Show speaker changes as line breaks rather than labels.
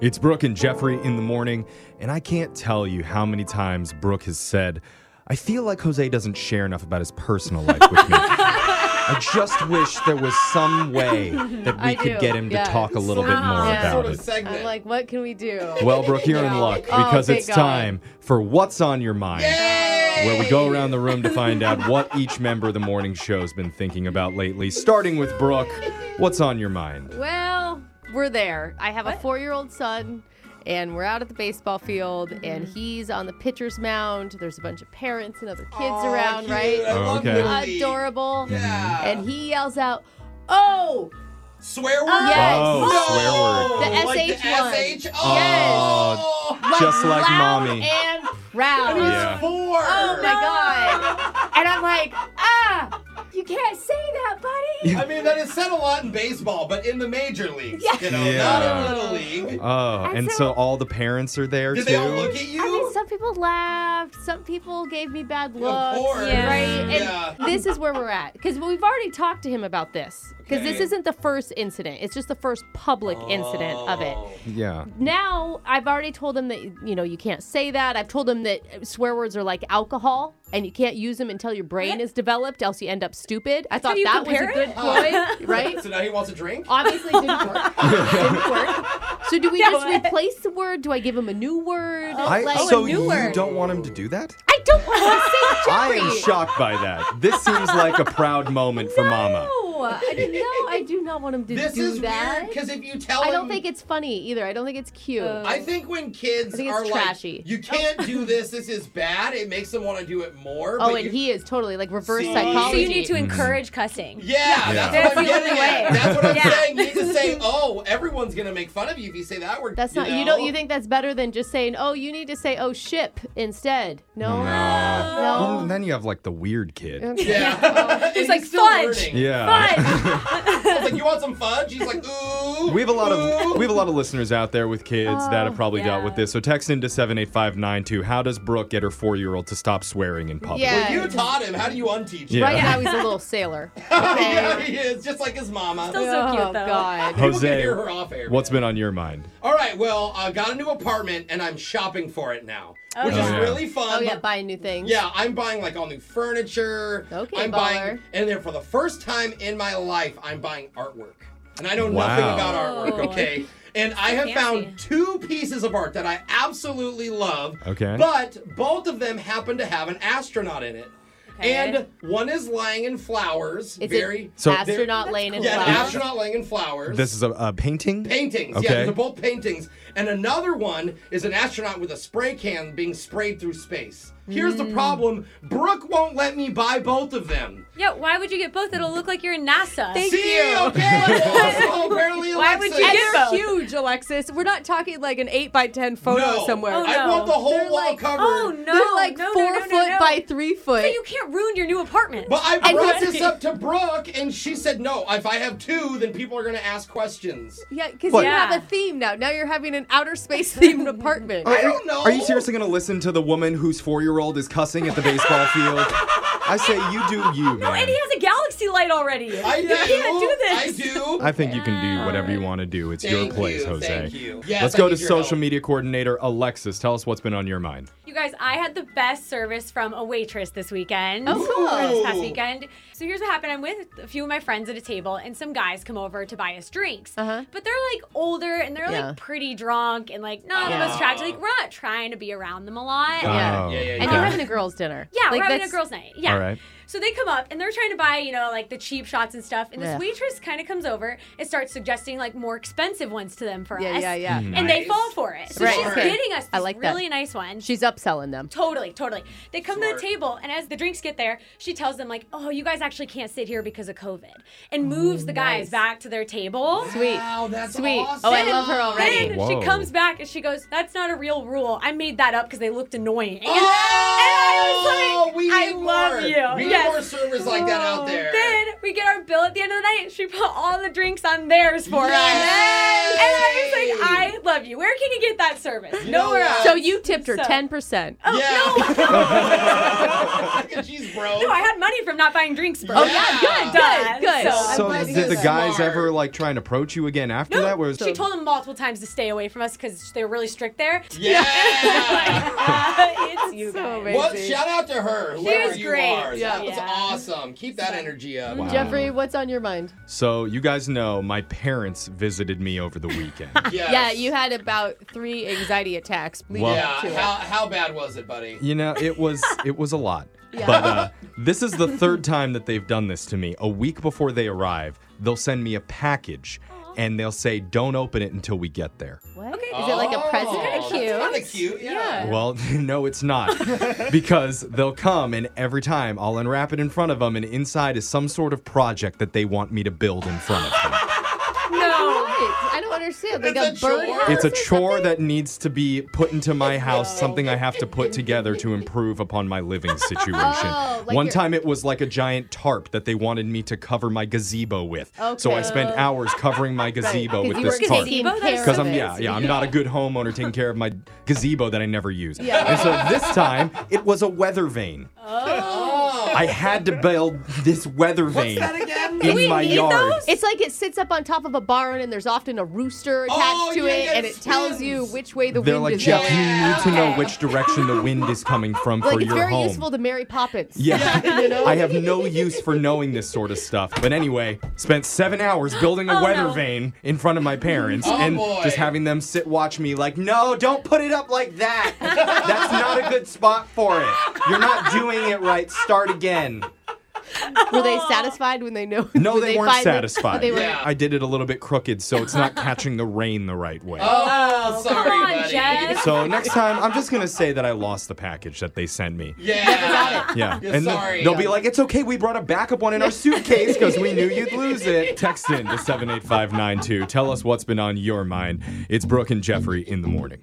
It's Brooke and Jeffrey in the morning, and I can't tell you how many times Brooke has said, I feel like Jose doesn't share enough about his personal life with me. I just wish there was some way that we
I
could
do,
get him
yeah.
to talk a little bit more
Yeah.
about
Sort
it.
I'm like, what can we do?
Well, Brooke, you're in luck
Oh,
because
thank
it's
God.
time for What's on Your Mind, where we go around the room to find out what each member of the morning show's been thinking about lately. Starting with Brooke, what's on your mind?
Well, we're there. I have a four year old son, and we're out at the baseball field, and he's on the pitcher's mound. There's a bunch of parents and other kids around, right?
Oh, okay.
Adorable. And he yells out, Oh,
Swear word?
Yes.
Oh,
No.
swear word.
The
Like
SH one.
SH?
Oh,
Oh,
just like
loud
mommy.
and proud.
Yeah.
Four.
Oh my God. and I'm like, Ah, you can't say that, buddy.
I mean, that is said a lot in baseball, but in the major leagues, you know,
Yeah.
not in little league.
Oh,
And
and
so-
so all the parents are there
Did
too.
they all look e- at
I mean,
you?
some people laughed. Some people gave me bad looks,
course.
right? And
Yeah.
this is where we're at because we've already talked to him about this because this
Okay.
isn't the first incident. It's just the first public incident of it.
Oh.
yeah.
Now I've already told him that you know you can't say that. I've told him that swear words are like alcohol and you can't use them until your brain is developed, else you end up stupid. I thought
you
that was a
compare it?
good ploy, right?
So now he wants a drink?
Obviously didn't work. didn't work. So do we
Yeah,
just
what?
replace the word? Do I give him a new word?
I,
Oh, Like-
so
new
you
word.
don't want him to do that?
I don't want to say
I
Jeffrey.
am shocked by that. This seems like a proud moment for Mama.
No, I, no, I do not want him to
This
do
is
that.
weird because if you tell
I
him.
don't think it's funny either. I don't think it's cute.
Uh,
I think when kids
think it's
are
trashy.
like, you can't do this, this is bad, it makes them want to do it more.
oh,
but
and
you-
he is totally like reverse
See?
So
psychology.
you need to encourage cussing.
Mm-hmm. Yeah,
Yeah.
that's
That's
what I'm
the
getting
only
at.
way.
That's what I'm
Yeah.
saying. You need to say, oh, everyone's going to make fun of you if you say that word.
That's not. You,
know?
don't. You think that's better than just saying, "Oh, you need to say, oh, ship instead." No.
Oh,
Well,
No.
and then you have like the weird kid.
Yeah.
Just
He's
like
still
fudge.
learning.
Yeah.
It's like, you want some fudge? He's like, ooh.
We have a lot of
ooh."
we have a lot of listeners out there with kids that
Oh,
have probably dealt
yeah.
with this. So text into seven eight five nine two. How does Brooke get her four year old to stop swearing in public?
Yeah.
You taught him. How do you unteach him?
Yeah.
Right now he's a little sailor.
yeah, he is. Just like his mama.
Still so
oh
cute though.
God.
People can
Jose,
hear her off air.
what's been on your mind?
All right, well, I got a new apartment and I'm shopping for it now, which is
yeah.
really fun.
Oh yeah,
but-
buy new things.
Um, Yeah, I'm buying like all new furniture.
Okay,
I'm
baller.
buying, and then for the first time in my life, I'm buying artwork, and I know
Wow.
nothing
Oh,
about artwork. Okay. And I have
fancy.
found two pieces of art that I absolutely love.
Okay.
But both of them happen to have an astronaut in it.
Okay.
And one is lying in flowers.
Is
very
it
So-
astronaut lane and
yeah, an
flowers?
astronaut lying in flowers.
This is a, a painting.
Paintings,
Okay.
yeah, these are both paintings. And another one is an astronaut with a spray can being sprayed through space. Here's
Hmm.
the problem Brooke won't let me buy both of them.
Yeah, why would you get both? It'll look like you're in NASA.
See, okay, it's also apparently
Why would
Alexis.
you get
And they're
both?
huge, Alexis. We're not talking like an eight by ten photo
no.
somewhere.
Oh,
I
no.
want the whole
They're
wall
like,
covered.
oh no,
They're like
no, no,
four
no, no,
foot
no.
by three foot.
But you can't ruin your new apartment.
But I brought
And-
this up to Brooke, and she said, no, if I have two, then people are going to ask questions.
yeah, because you
What?
have
Yeah.
a theme now. Now you're having an outer space themed apartment.
Oh,
I don't know.
Are you seriously going to listen to the woman whose four year old is cussing at the baseball field? I say you do you,
no, Oh, and
man.
he has a galaxy light already.
I
you
do.
can't do this.
I do.
I think you can do whatever you want to do. It's your
Thank
place,
you,
Jose.
thank you. Yes,
Let's
I
go to
need your help.
social media coordinator Alexis. Tell us what's been on your mind.
You guys, I had the best service from a waitress this weekend.
Oh, cool.
Or This past
Ooh.
weekend. So here's what happened. I'm with a few of my friends at a table, and some guys come over to buy us drinks.
Uh-huh.
But they're like older and they're
Yeah.
like pretty drunk and like not the
Yeah.
most attractive. Like we're not trying to be around them a lot.
Yeah.
Oh,
Yeah, yeah, yeah.
and
okay.
you're having a girls' dinner.
Yeah,
Like,
we're having a
that's-
girls' night. Yeah.
All right.
So they come up and they're trying to buy, you know, like the cheap shots and stuff. And this
Yeah.
waitress kind of comes over and starts suggesting like more expensive ones to them for
Yeah,
us.
yeah, yeah.
Mm.
And they
Nice.
fall for it. So
Right,
she's
okay.
getting us this
I like that.
really nice one.
She's upselling them.
Totally, totally. They come to
Smart.
the table, and as the drinks get there, she tells them like, "Oh, you guys actually can't sit here because of COVID," and moves the guys back to their table.
Sweet.
Wow, that's
Sweet.
awesome.
Oh, I love her already.
Then
Whoa.
she comes back and she goes, "That's not a real rule. I made that up because they looked annoying."
Oh,
and I was like,
we
"I
need
love
more.
you."
We
Yes. Oh,
more servers like that out there.
Then we get our bill at the end of the night. She put all the drinks on theirs for
Yes!
us. And I was like, I love you. Where can you get that service?
know
Nowhere
what?
else.
So Oh. you tipped her
So-
ten percent.
yeah. No. She's broke.
oh, No, I had money from not buying drinks for
Oh,
her.
yeah, good,
Duh.
good, good.
So,
So
I'm glad
glad
did the
he's
guys
smart.
ever like try and approach you again after that? Where it was
she told them multiple times to stay away from us because they were really strict there.
yeah.
Uh, it's you
So
guys.
amazing.
What? Shout out to her. Whoever
was
you
great.
are. That
Yeah.
was
Yeah. Mm-hmm.
awesome. Keep that energy up.
Wow.
Jeffrey, what's on your mind?
so you guys know my parents visited me over the weekend.
Yes.
Yeah, you had about three anxiety attacks. leading
Well-
up
Yeah.
to it.
How, how bad was it, buddy?
You know, it was it was a lot.
Yeah.
But uh, this is the third time that they've done this to me. A week before they arrive, they'll send me a package and they'll say, "Don't open it until we get there."
What? Is it
Oh.
like a present?
Kinda cute.
Kind of Oh. cute. Yeah.
Yeah.
Well, no, it's not. because they'll come and every time I'll unwrap it in front of them and inside is some sort of project that they want me to build in front of them.
No.
Right. I don't understand. Like
It's
a
a
bird.
chore.
It's a chore that needs to be put into my house, something I have to put together to improve upon my living situation.
Oh, like
One
your-
time it was like a giant tarp that they wanted me to cover my gazebo with. So I
Okay.
spent hours covering my gazebo with
Because you
this
were
tarp.
taking
Because
care
Because
of
I'm
it.
yeah yeah I'm not a good homeowner taking care of my gazebo that I never use.
Yeah.
And so this time it was a weather vane.
Oh.
I had to build this weather vane
that again?
in
we
my
need
yard.
those?
It's like it sits up on top of a barn, and there's often a rooster attached
Oh,
to
yeah,
it,
yeah,
and
it
it tells
spins.
you which way the
They're
wind
like
is
Jeff,
going.
you need to know
Okay.
which direction the wind is coming from for
Like it's
your
very
home.
useful to Mary Poppins.
Yeah,
you know?
I have no use for knowing this sort of stuff. But anyway, spent seven hours building a
Oh,
weather
no.
vane in front of my parents
Oh,
and
boy.
just having them sit watch me like, no, don't put it up like that. That's not a good spot for it. You're not doing it right. Start again.
Were they satisfied when they know?
No,
when
they, weren't
finally-
satisfied.
They were.
Yeah.
I did it a little bit crooked, so it's not catching the rain the right way.
Oh, sorry,
Come on,
buddy.
Jess.
So next time, I'm just gonna say that I lost the package that they sent me.
Yeah.
Yeah,
You're
and then
sorry.
they'll be like, "It's okay, we brought a backup one in our suitcase because we knew you'd lose it." Text in to seven eight five nine two. Tell us what's been on your mind. It's Brooke and Jeffrey in the morning.